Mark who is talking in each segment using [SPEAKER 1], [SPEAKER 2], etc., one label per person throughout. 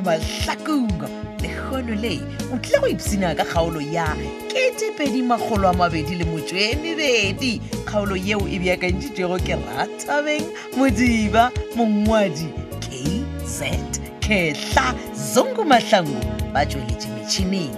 [SPEAKER 1] mahlakong le kgono le o tlile go ipsina ka kgaolo ya 2212 kgaolo yeo e beakantšitšwego ke ratabeng modiba mongwadi kz kehla zongo mahlango ba tšweletše metšhineng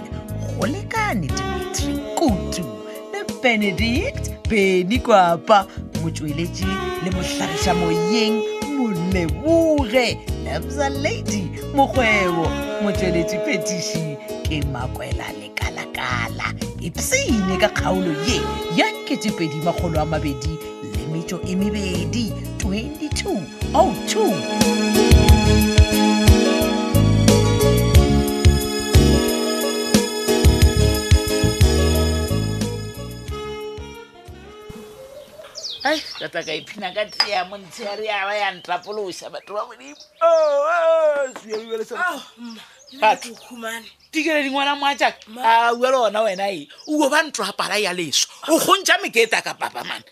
[SPEAKER 1] go lekane dimitri kutu le benedict beny kwapa motsweletši le mohlagiša moyeng moleboge lebza lady mokgwebo motsweletši phetiši ke makwela lekalakala ipsene ka kgaolo ye ya 2 le metšo e mebedi oh 22 02
[SPEAKER 2] ai ka tla ka iphina ka tea montshegare ya ba ya ntrapolosa batho ba
[SPEAKER 1] Ah.
[SPEAKER 2] modimo Batho.
[SPEAKER 3] humane
[SPEAKER 2] tikele dingwana moajaka a ua le ona wena e uo ba ntrapala ya leso o kgontšha meketa ka papamane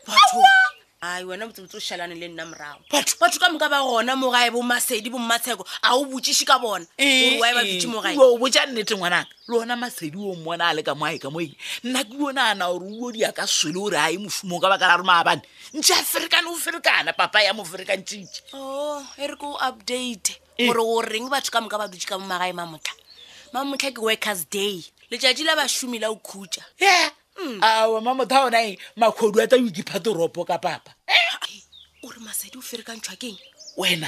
[SPEAKER 3] ai wena botsebotse o šhalane le nna morago
[SPEAKER 2] Batho.
[SPEAKER 3] batho ka moka ba gona mo gae bomasedi bomatsheko a o botsiše ka bona ore wa e ba bitse mo gae
[SPEAKER 2] o botja nnete ngwanaka le ona masedi o mmona a le ka moae ka moeng nna ke onana gore uo dia ka swele ore a ye mofumong ka baka la re maabane ntse a ferekane o ferekana papa ya mo ferekantšitše
[SPEAKER 3] o e re ke o update
[SPEAKER 2] Eh.
[SPEAKER 3] gore o reng batho ka moka ba dutse ka mo magae mamotlha mamotlha ke workers day letšatši la bašomi la o khutša
[SPEAKER 2] e
[SPEAKER 3] Hmm.
[SPEAKER 2] awa mamotho a onae e, makgodu a tla o ikipha toropo ka papa
[SPEAKER 3] o re masedi o ferekantšhwa keng
[SPEAKER 2] wena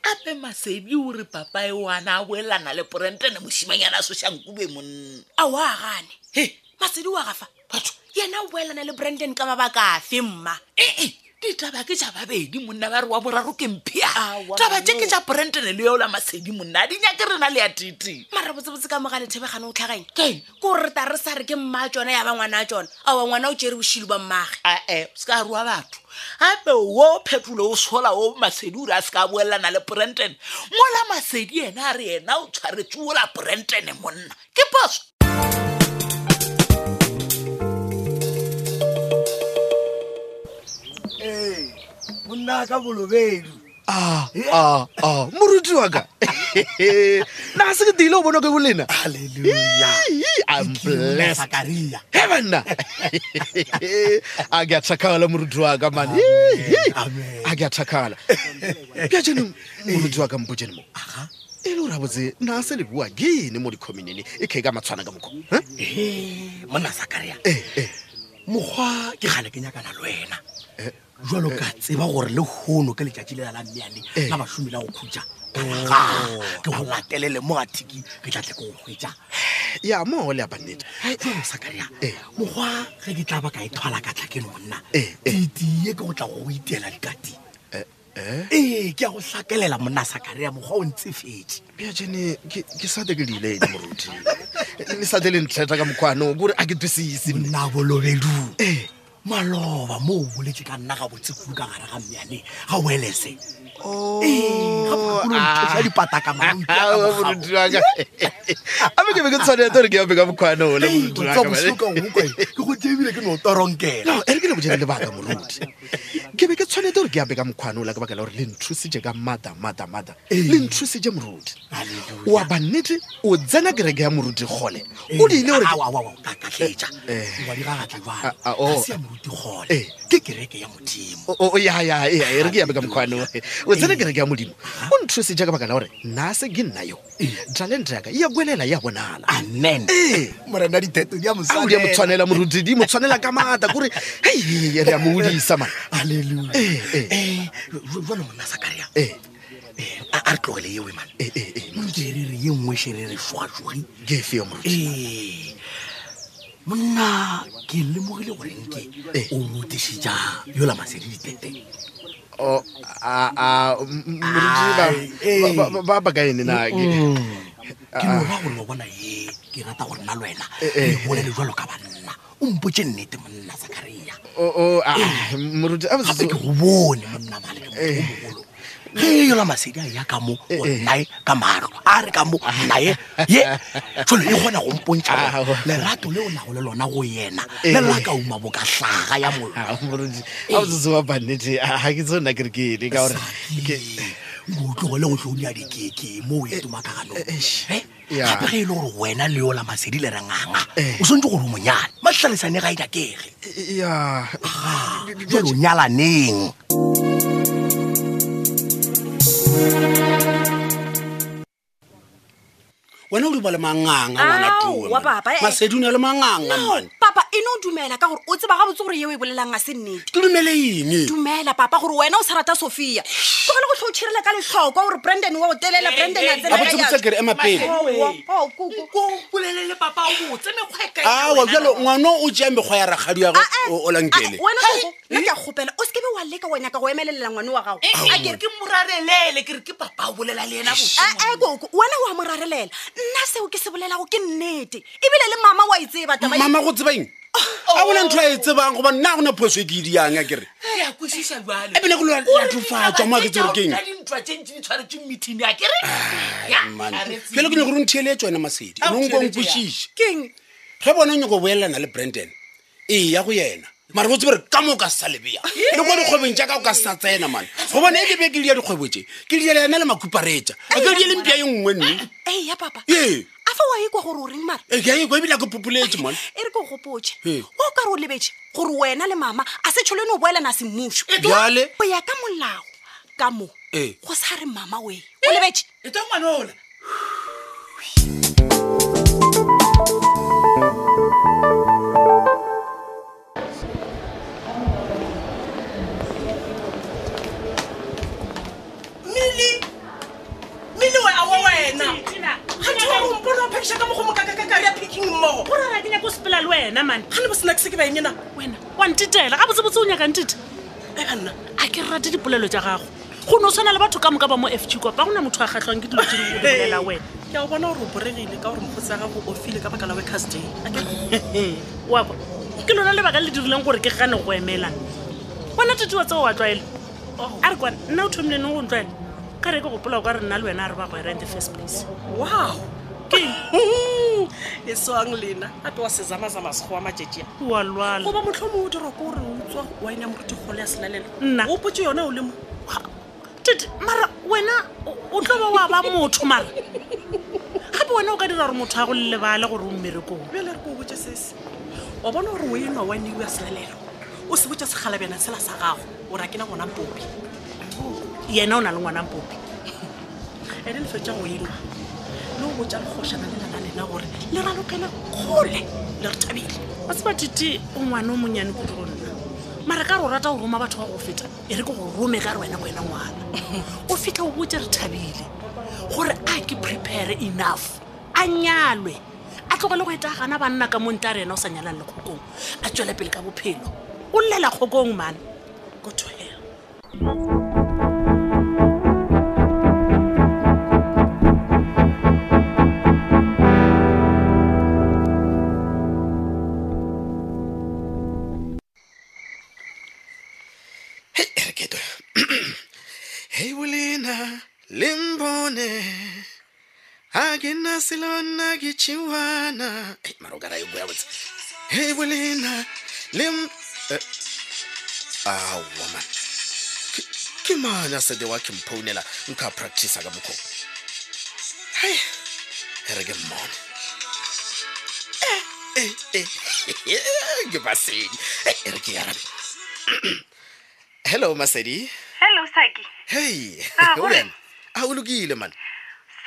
[SPEAKER 2] ape masedi o re papae wana a boelana le porentene mošimanyana a sošankube monna
[SPEAKER 3] a o a gane
[SPEAKER 2] he
[SPEAKER 3] masedi o a gafa
[SPEAKER 2] Eh. batho Eh.
[SPEAKER 3] yena o boelana le brandon ka mabaka afe mma
[SPEAKER 2] ee ditaba ke ja babedi monna ba re wa boraro ke mphea
[SPEAKER 3] Aowa,
[SPEAKER 2] taba tse
[SPEAKER 3] monna.
[SPEAKER 2] ke ja porentene le yola masedi monna a di nyake rena le ya titi
[SPEAKER 3] mara botsebotse ka moga lethebegane o tlhaganya
[SPEAKER 2] Keng?
[SPEAKER 3] ke gore ta re sa re ke mma a tsona ya ba ngwana a tsona aowa ngwana o tsere bošilo ba mmage
[SPEAKER 2] ae se ka rua batho gape wo phetolo o sola o masedi ore a se ka boelelana le porentene mola masedi ena a re ena o tshwaretse ola porentene monna ke poso
[SPEAKER 4] ee monna ka bolobedu
[SPEAKER 5] Ah, ah, ah, moruti wa ka na se ke teile o bonwa ke bolena
[SPEAKER 4] sakaria
[SPEAKER 5] he banna a ke a thakala moruti wa ka mane
[SPEAKER 4] Amen.
[SPEAKER 5] a ke a thakala bja jaanong moruti wa ka mpotsene mo e le gore a botse na se le bua ke ene mo dikhominene e khe ka matshwana ka mokgo he?
[SPEAKER 4] monna sakaria
[SPEAKER 5] Eh, eh,
[SPEAKER 4] mokgwa ke gane ke nyakana le wena jalo ka tseba gore le hono ka letšatši lela la mmeane
[SPEAKER 5] Eh.
[SPEAKER 4] la bašomi la go khutša karaga ke go latelele mo gatiki ke tlatle ke go hwetša
[SPEAKER 5] ya moo le abannete
[SPEAKER 4] jalo sakaria
[SPEAKER 5] Eh.
[SPEAKER 4] mokgwa ge ke tla ba ka e thwala ka tla ke nonna
[SPEAKER 5] Eh, eh.
[SPEAKER 4] titie ke go tla go go iteela dikati
[SPEAKER 5] Eh?
[SPEAKER 4] ee ke ya go hlakelela monna sakaria mokgwa o ntse fetse
[SPEAKER 5] bja jane ke ke sate ke leile ene moruti le sate le ntlheta ka mokgwanong kore a ke twisise nna.
[SPEAKER 4] nna bolobedu
[SPEAKER 5] Eh.
[SPEAKER 4] maloba mo o boletse ka nna ga botse kudu ka gare ga mmeane ga o elese
[SPEAKER 5] Oh. Ah. abe ke be ke tshwanete gore ke ape ka mokgwana ole
[SPEAKER 4] ke go tebile ke notoronkela
[SPEAKER 5] ere ke le bojele lebaka moruti ke be ke tshwanete gore ke ape ka mokgwana ola ka baka la gore le nthusitše ka mata mata mata le nthusitše moruti
[SPEAKER 4] Hallelujah.
[SPEAKER 5] wa bannete o tsena kereke ya moruti kgole
[SPEAKER 4] Eh.
[SPEAKER 5] o diile
[SPEAKER 4] Ah,
[SPEAKER 5] gore
[SPEAKER 4] kakatletša
[SPEAKER 5] Eh.
[SPEAKER 4] wa digagata
[SPEAKER 5] Ah, ah, oh.
[SPEAKER 4] jale se ya moruti gole
[SPEAKER 5] Eh.
[SPEAKER 4] ke kereke ya modimo
[SPEAKER 5] O- o- o- ya ya ya e re ke yabe ka mokgwane o tsena kereke ya modimo o nthuse jaaka baka la gore nna se ke nna yo talente yaka ya boelela ya bonala
[SPEAKER 4] amen
[SPEAKER 5] ee
[SPEAKER 4] morena ditheto di a mo
[SPEAKER 5] ao di a mo tshwanela
[SPEAKER 4] swanela.
[SPEAKER 5] moruti di mo tshwanela ka maata kore hei re a mo odisa man
[SPEAKER 4] halleluja
[SPEAKER 5] Eh, eh.
[SPEAKER 4] jalo monna sakaria
[SPEAKER 5] Eh.
[SPEAKER 4] Eh, a a re tlogele yewe mane
[SPEAKER 5] Eh, eh, eh,
[SPEAKER 4] mokerere ye nngwe shere re swatswagi
[SPEAKER 5] ke efe yo moruti
[SPEAKER 4] ee monna ke lemogile gorenke
[SPEAKER 5] Eh.
[SPEAKER 4] o rotišiša yola masedi ditete
[SPEAKER 5] O, a- a, m- m- moruti ba-
[SPEAKER 4] Ai,
[SPEAKER 5] ba- ba- ba baka ene nake
[SPEAKER 4] Mm. ke noga gore wa bona ye ke rata gore nna le wena
[SPEAKER 5] Ah, Eh, eh.
[SPEAKER 4] re bolele jalo ka banna o mpotse nnete monna sakaria
[SPEAKER 5] moruti a
[SPEAKER 4] gape
[SPEAKER 5] botse-
[SPEAKER 4] ke go bone monna male ke motho
[SPEAKER 5] Eh.
[SPEAKER 4] o mogolo ge e yola masedi a ya ka mo o nnae ka maatlo a re ka mo nnae ye tsone e kgona go mpontšha gore
[SPEAKER 5] Ao.
[SPEAKER 4] lerato leo nago le lona go yena
[SPEAKER 5] Ah, Eh,
[SPEAKER 4] le la
[SPEAKER 5] eh.
[SPEAKER 4] ka uma bo ka hlaga ya mollo
[SPEAKER 5] Ah, moruti a botsetse wa bannete a- ga ke tseo nna kere ke ene ka gore
[SPEAKER 4] Saki, o tlogele go tlonya dikeke mo o ya etomakaganong
[SPEAKER 6] Eh,
[SPEAKER 5] ya.
[SPEAKER 4] gape ge e le gore wena le yola masedi le renganga
[SPEAKER 5] Eh.
[SPEAKER 4] o swantse gore o monyane matlhalesane ga e dakege
[SPEAKER 6] Eh,
[SPEAKER 5] ya
[SPEAKER 4] jale o nyalaneng
[SPEAKER 6] wena o duba le manganga ngwana
[SPEAKER 3] Ao,
[SPEAKER 6] tue,
[SPEAKER 3] wa
[SPEAKER 6] man.
[SPEAKER 3] papa, eh.
[SPEAKER 6] masedi o ne le manganga
[SPEAKER 3] no
[SPEAKER 6] mane
[SPEAKER 3] papa e ne o dumela ka gore o tseba gabotse gore yeo e bolelang a se nnete
[SPEAKER 6] ke dumele eng
[SPEAKER 3] dumela papa gore wena o sa rata sophia tlogele go tlho o tšhirela ka letlhokwa gore brandon wa o telela brandon a
[SPEAKER 6] abotsebotse
[SPEAKER 3] tsenaaa
[SPEAKER 6] kere ema pele
[SPEAKER 3] Oh,
[SPEAKER 2] polelele papa o botse mekgwa e kae ya
[SPEAKER 6] aa
[SPEAKER 2] wena
[SPEAKER 6] jalo ngwana o jea mekgwa ya rakgadi ya
[SPEAKER 3] Ah,
[SPEAKER 6] gago
[SPEAKER 3] eh.
[SPEAKER 6] o- o lankele
[SPEAKER 3] Ah, wena Kgogo, nna ke a kgopela o sekebe wa leka wa nyaka go emelelela ngwane wa gago
[SPEAKER 2] Eh, eh, ke- ke morarelele ke re ke papa o bolela le ena botse
[SPEAKER 3] ee koko Ah, eh, wena wa mo rarelela nna seo ke se bolelago ke nnete ebile le mama wa e tseba taba ye.
[SPEAKER 6] mama go tseba eng a bona ntho a e tsebang goba nna a gona phoso e ke e diang a kere
[SPEAKER 2] ke a kwešiša jale
[SPEAKER 6] e bene ke latofatswa mo a ke tsere keng
[SPEAKER 2] ka dintwa tše ntši di tshwaretse meeting a kere
[SPEAKER 6] jalo ke nyako gore o ntheeletse wena masedi e
[SPEAKER 2] Ah, o
[SPEAKER 6] nonko
[SPEAKER 2] ntheeletse yang?
[SPEAKER 6] nkwešiše
[SPEAKER 3] keng
[SPEAKER 6] ge bona o nyako boelelana le brandon ee ya go yena mare bo tsebere ka moo ka se sa lebea E le kwa dikgwebong jaaka o ka se sa tsena mane gobane e kebe ke lia dikgwebo tse ke lia yena le makuparetša a ke die le mpia e nngwe nne
[SPEAKER 3] ee ya papa
[SPEAKER 6] ee
[SPEAKER 3] a fa wa ekwa gore o reng mara
[SPEAKER 6] e ke a ekwa ebile a ke popoletse mone
[SPEAKER 3] e re ke o gopotse
[SPEAKER 6] Ee.
[SPEAKER 3] o ka re o lebetse gore wena le mama a se tshole ne o boelana a semmuso
[SPEAKER 6] Bjale?
[SPEAKER 3] go ya ka molao ka mo
[SPEAKER 6] Ee.
[SPEAKER 3] go sa re mama wee o lebetse
[SPEAKER 2] e twa ngwana ola
[SPEAKER 7] mmele wa awa wena gantse gore ompone o phekiša ka mogo mokakakakare ya picking mmogo
[SPEAKER 8] gore ga ke nyako sepela le wena mane
[SPEAKER 7] gane bo snack se ke baeng ena
[SPEAKER 8] wena wa ntetela ga botsebotse o nyaka ntete
[SPEAKER 7] e banna
[SPEAKER 8] a ke rate dipolelo tja gago go ne o tshwana le batho ka moka ba mo f g kopa gona motho a gatlhwang ke dilo tse bolela wena
[SPEAKER 7] ke a o bona gore o boregile ka gore mokgotsi ya gago o file ka baka la workers day
[SPEAKER 8] wa kwa ke lona lebaka le dirileng gore ke gane go emelana bona tete wa tseo wa tlwaele a re kwana nna o thomile neng go ntlwaele ka re ke gopola o ka re nna le wena a re ba go era in the first place
[SPEAKER 7] wow
[SPEAKER 8] ke eng?
[SPEAKER 7] e swang lena gape wa sezamazama sekgowa matšetšia
[SPEAKER 8] wa lwala
[SPEAKER 7] goba motlho mongwe o dira ko ore utswa wine ya moruti kgolo ya selalelo
[SPEAKER 8] Nna.
[SPEAKER 7] o potse yona o le mo
[SPEAKER 8] tete mara wena o- o tlo ba wa ba motho mara gape wena o ka dira gore motho a go lebale gore o mmerekong
[SPEAKER 7] bjale re ko o botse sese wa bona gore o enwa wine eo ya selalelo o se botse sekgalabjana sela sa gago ore a kena gona popi
[SPEAKER 8] yena o na le ngwana popi
[SPEAKER 7] ande le fetsa go enwa le o botsa legoshana le lana lena gore le ralokele kgole le re thabile
[SPEAKER 8] wa tseba tite o ngwana o monyane kudu go nna mara ka re o rata go roma batho ba go feta e re ke go rome ka re wena ko ena ngwana o fitlha o botse re thabile gore a ke prepare enough a nyalwe a tlogele go eta gana banna ka monte a re ena o sa nyalang le kgokong a tswele pele ka bophelo o llela kgokong mane
[SPEAKER 7] go to hell
[SPEAKER 5] ereketo hei bolena le mbone a ke na selona ke tšhiwana mara o ka rayo boya botse hei bolena le eh, awa man Ke- ke mana sede wa ke mphounela nka practica ka mokgo hai e re ke mmone Eh, eh, eh, ke basedi Eh, e re ke yarabe hello masedi
[SPEAKER 9] hello saki
[SPEAKER 5] hei
[SPEAKER 9] Ah,
[SPEAKER 5] o
[SPEAKER 9] gore-
[SPEAKER 5] bjang? Ah, o lokile man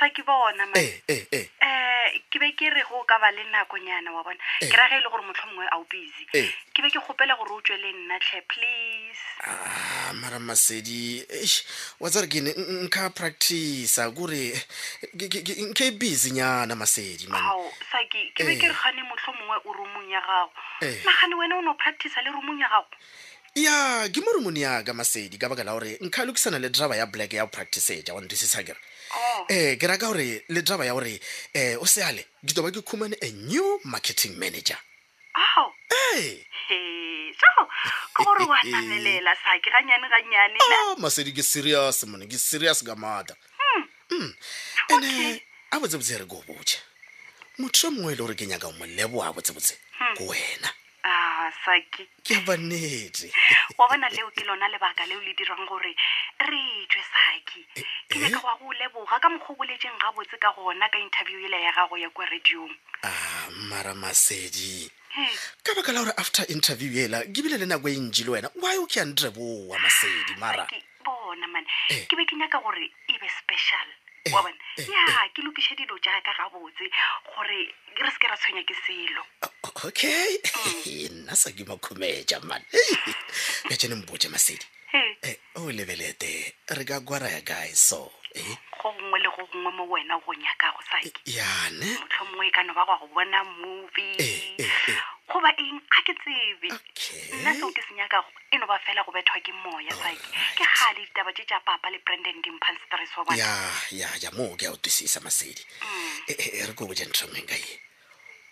[SPEAKER 9] saki bona ma
[SPEAKER 5] Eh, eh, eh.
[SPEAKER 9] um ke be ke re go ka ba le nakonyana wa bona
[SPEAKER 5] Eh.
[SPEAKER 9] ke raga e le gore motlho mongwe a o busy
[SPEAKER 5] Eh.
[SPEAKER 9] ke be ke kgopela gore o tswe le nna tlhe please
[SPEAKER 5] Ah, mara masedi eish, wa tsare kene n- nka practica kore ke- ke- ke- nke busy nyana masedi man
[SPEAKER 9] ao saki ke be ke
[SPEAKER 5] Eh.
[SPEAKER 9] re gane motlho mongwe o rumong ya gago
[SPEAKER 5] Eh.
[SPEAKER 9] nagane wena o ne o practica le rumong ya gago
[SPEAKER 5] ya ke mo rumong yaka masedi ka baka la gore nka lokisana le draba ya black ya go practiceja wa ntwisisa kere
[SPEAKER 9] Oh.
[SPEAKER 5] eh ke raka gore le draba ya gore um o seale ke toba ke khumane a new marketing manager
[SPEAKER 9] ao
[SPEAKER 5] ee
[SPEAKER 9] he so ke gore wa namelela saki gannyane gannyane
[SPEAKER 5] Ah, masedi ke serious mone ke serious ka mata ande a botsebotse e re ko botse motho yo mongwe e le gore ke nyaka ho mo leboa botsebotse ko wena
[SPEAKER 9] a masaki
[SPEAKER 5] ke bannete
[SPEAKER 9] wa bona leo ke lona lebaka leo le dirang gore re tswe saki ke
[SPEAKER 5] Eh?
[SPEAKER 9] nyaka wa go leboga ka mokgoboletseng gabotse ka gona ka interview ele ya gago ya kwa radiong Eh,
[SPEAKER 5] a Ah, mara masedi
[SPEAKER 9] He,
[SPEAKER 5] ka baka la gore after interview ela ke bile le nako e ntšhi le wena why o ke a ndireboa masedi mara
[SPEAKER 9] ke bona mane
[SPEAKER 5] Eh.
[SPEAKER 9] ke be ke nyaka gore e be special
[SPEAKER 5] Eh,
[SPEAKER 9] wa bona
[SPEAKER 5] eh,
[SPEAKER 9] ya ke lokiše dilo jaaka gabotse gore re se ke ra tshwenya ke selo
[SPEAKER 5] okay nna sa ke makhumetša man Hei, bjatšane mpotse masedi
[SPEAKER 9] He,
[SPEAKER 5] Eh, o lebelete re ka kwara ya kae so eh?
[SPEAKER 9] go gongwe le go gongwe mo wena o go nyakago saki
[SPEAKER 5] yane
[SPEAKER 9] motlho mongwe e ka no ba go a go bona
[SPEAKER 5] Eh,
[SPEAKER 9] movie
[SPEAKER 5] eh, eh.
[SPEAKER 9] goba eng a ke tsebe nna
[SPEAKER 5] okay
[SPEAKER 9] seo ke se nyakago e no ba fela go bethwa ke moya saki ke gale ditaba tse tša papa le brandon dimphan stress wa bona
[SPEAKER 5] ya ya ya moo ke a o twisisa masedi Eh, eh, eh, re ko boja ntho ngwe ka ye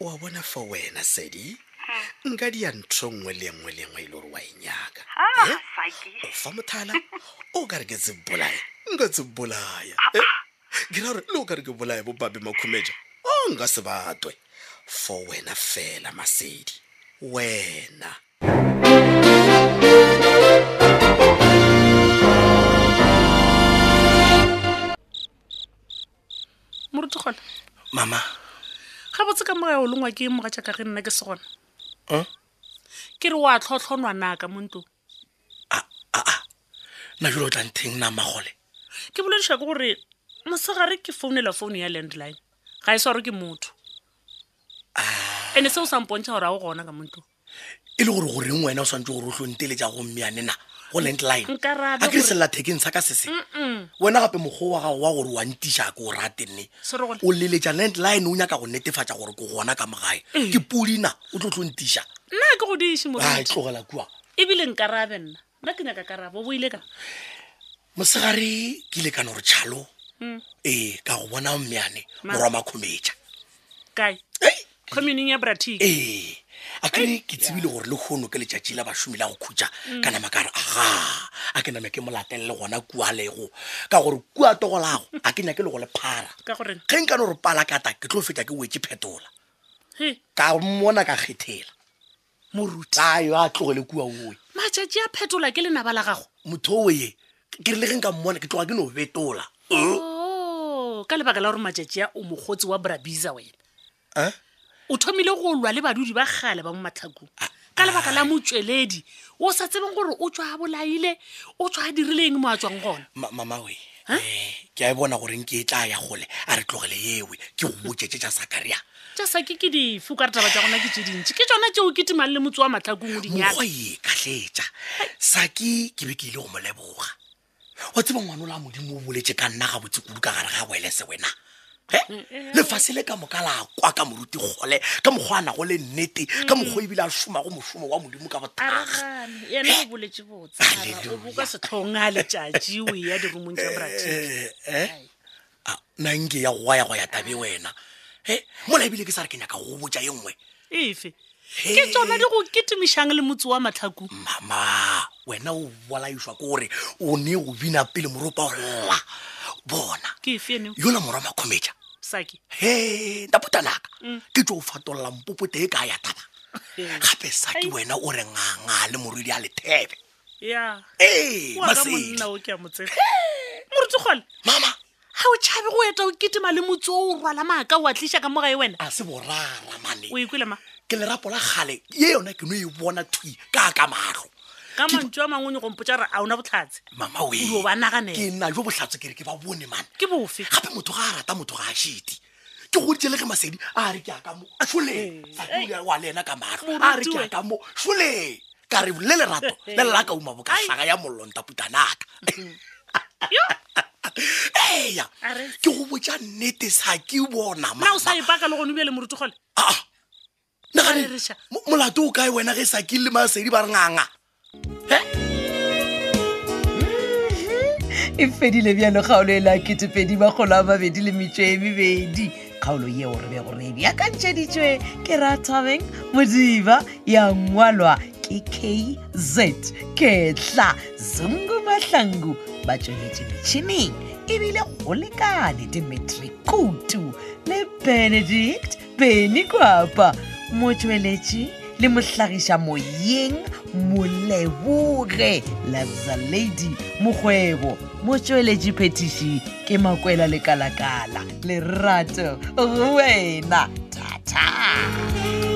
[SPEAKER 5] o a bona for wena sedi nka di ya ntho nngwe le nngwe le nngwe e le gore wa e nyaka Eh?
[SPEAKER 9] a saki
[SPEAKER 5] o fa mothala o ka re ke tsebolaya nka tsebolaya ke ra gore le o ka re ke bolaya bobabe makhumeja o nka se Oh, batwe for wena fela masedi wena
[SPEAKER 8] moruti gona
[SPEAKER 4] mama
[SPEAKER 8] ga botse ka moya o lengwa ke moga jaaka ge nna ke se gona ke re wa tlhotlhonwanaka mo ntlong
[SPEAKER 4] nna jolo o tla ntheng na magole
[SPEAKER 8] ke bolediša ke gore mosegare ke founela founu ya landline ga e sware ke motho ande seo sampontšha gore a go gona ka mo ntlong
[SPEAKER 4] e le gore goreng wena o tshwanetse gore o tlonteletsa gommeane na go landline
[SPEAKER 8] Nka rabe
[SPEAKER 4] a ke re
[SPEAKER 8] gore-
[SPEAKER 4] sellathekeng sa ka se se wena gape mokgwa wa gago wa gore wa ntiša ke o ratenne
[SPEAKER 8] Serole.
[SPEAKER 4] o leletša landline o nyaka go netefatša gore ko gona ka mogae ke pudina o tlo tlo ntiša
[SPEAKER 8] nna ha ke go diše
[SPEAKER 4] a
[SPEAKER 8] moruti
[SPEAKER 4] tlogela kua
[SPEAKER 8] ebile nkarabe nna nna ke nyaka karabe o boile ka
[SPEAKER 4] mosegare ke ile kana gore tšhalo ee ka go bona mmeane
[SPEAKER 8] Ma-
[SPEAKER 4] morwa makgometša
[SPEAKER 8] kae
[SPEAKER 4] Ei,
[SPEAKER 8] communing ya
[SPEAKER 4] Eh.
[SPEAKER 8] bratic
[SPEAKER 4] ee a kere ke tsebile gore le kgono ke letšatši la bašomi la go khutša ka nama ka re aga a ke name ke molatellele gona kua lego ka gore kua togolago a ke nyake le go le phara
[SPEAKER 8] ka goreng
[SPEAKER 4] ge nkane gore palakata ke tlo feta ke wetse phetola
[SPEAKER 8] he
[SPEAKER 4] ka mmona ka kgethela
[SPEAKER 8] moruti
[SPEAKER 4] a yo a tlogele kua oe
[SPEAKER 8] matšatši a phetola ke lenaba la gago
[SPEAKER 4] motho o ye ke re le ge nka mmona ke tloga ke no betola
[SPEAKER 8] Oh, ka lebaka la gore matšatši a o mokgotsi wa brabisa wena o thomile go lwa le badudi ba kgale ba mo matlhakong ka lebaka la motsweledi o sa tsebeng gore o tswa a bolaile o tswa a dirileng mo a tswang gona
[SPEAKER 4] Ma- mama we eh, ke a e bona goreng ke e tla ya gole a re tlogele yewe ke go botsetse tša sakaria
[SPEAKER 8] tša sake ke difu ka re taba tša gona ke tše dintšhi ke tsona tšeo ke timang le motse wa matlhakong o di
[SPEAKER 4] mokgwa
[SPEAKER 8] nyaka
[SPEAKER 4] ye katletša saki ke be ke ile go mo leboga wa tseba ngwana o la modimo o boletse ka nna gabotse kudu ka gare ga boele se wena he lefase le ka moka la kwa ka moruti kgole ka mokgwa a nago le nnete ka mokgwa ebile a šomago mošomo wa modimo ka bothaga
[SPEAKER 8] aragane yena o boletse botsara o boka setlhong a letšatši o e ya dirumong tša
[SPEAKER 4] Eh,
[SPEAKER 8] brati
[SPEAKER 4] nanke ya goa ya go ya tabe wena he mola ebile ke sa re ke nyaka go botja ye nngwe
[SPEAKER 8] efe ke tsona di go ketemišang le motse wa matlhakong
[SPEAKER 4] mama wena o bolaišwa ke gore o ne o bina pele moropa o lla bona
[SPEAKER 8] ke efe eneo
[SPEAKER 4] yola morwa makgometša
[SPEAKER 8] sake
[SPEAKER 4] he ndaputanaka
[SPEAKER 8] Mm.
[SPEAKER 4] ke tso o fatolola mpopote e ka ya taba gape sa ke wena o re nganga le morwedi a lethebe
[SPEAKER 8] ya
[SPEAKER 4] ee
[SPEAKER 8] wa ka
[SPEAKER 4] masedi
[SPEAKER 8] monna o ke a motsebe moruti gole
[SPEAKER 4] mama
[SPEAKER 8] ga o tšhabe go eta o ketema le motse o rwala maaka o a tliša ka mogae wena
[SPEAKER 4] a se borara mane
[SPEAKER 8] o ekwele ma
[SPEAKER 4] ke lerapo la gale ye yona ke no e bona thui ka ka matlho
[SPEAKER 8] ka mantso a mangwe o nyaka mpotsa gore a ona botlhatse
[SPEAKER 4] mama
[SPEAKER 8] O
[SPEAKER 4] we
[SPEAKER 8] ba naganela.
[SPEAKER 4] ke na jo botlhatso ke re ke ba bone mane
[SPEAKER 8] ke bofe
[SPEAKER 4] gape motho ga a rata motho ga a šete ke goditse le ge masedi a re ke aka mo soleng wa le ena ka matlho a re ke
[SPEAKER 8] Moruti we.
[SPEAKER 4] aka mo soleng ka re le lerato le lela ka uma bokatlhaga ya mollontaputanaka
[SPEAKER 8] Mm-hmm. yo
[SPEAKER 4] eya
[SPEAKER 8] A re-
[SPEAKER 4] ke go botja nnete sa ke bona
[SPEAKER 8] nna o sa
[SPEAKER 4] mama.
[SPEAKER 8] epaka le gone o bue le moruti gole
[SPEAKER 4] Ah, ah. Nagane,
[SPEAKER 8] Ba re reša.
[SPEAKER 4] mo- molato o kae wena ge sa ke le masedi ba re nganga
[SPEAKER 1] e fedile bjalo kgaolo e la ketepedi magolo a mabedi le metso e mebedi kgaolo yeo re be gore e beakantšheditšwe ke rathabeng modiba ya ngwalwa ke kz ketla zungu mahlangu ba tsweletše metšhineng ebile go lekane dimetri kutu le benedict beny kwapa motsweletši le mohlagiša moyeng moleboge labza lady mokgwebo motšweletši phetiši ke makwela lekalakala lerato go wena thata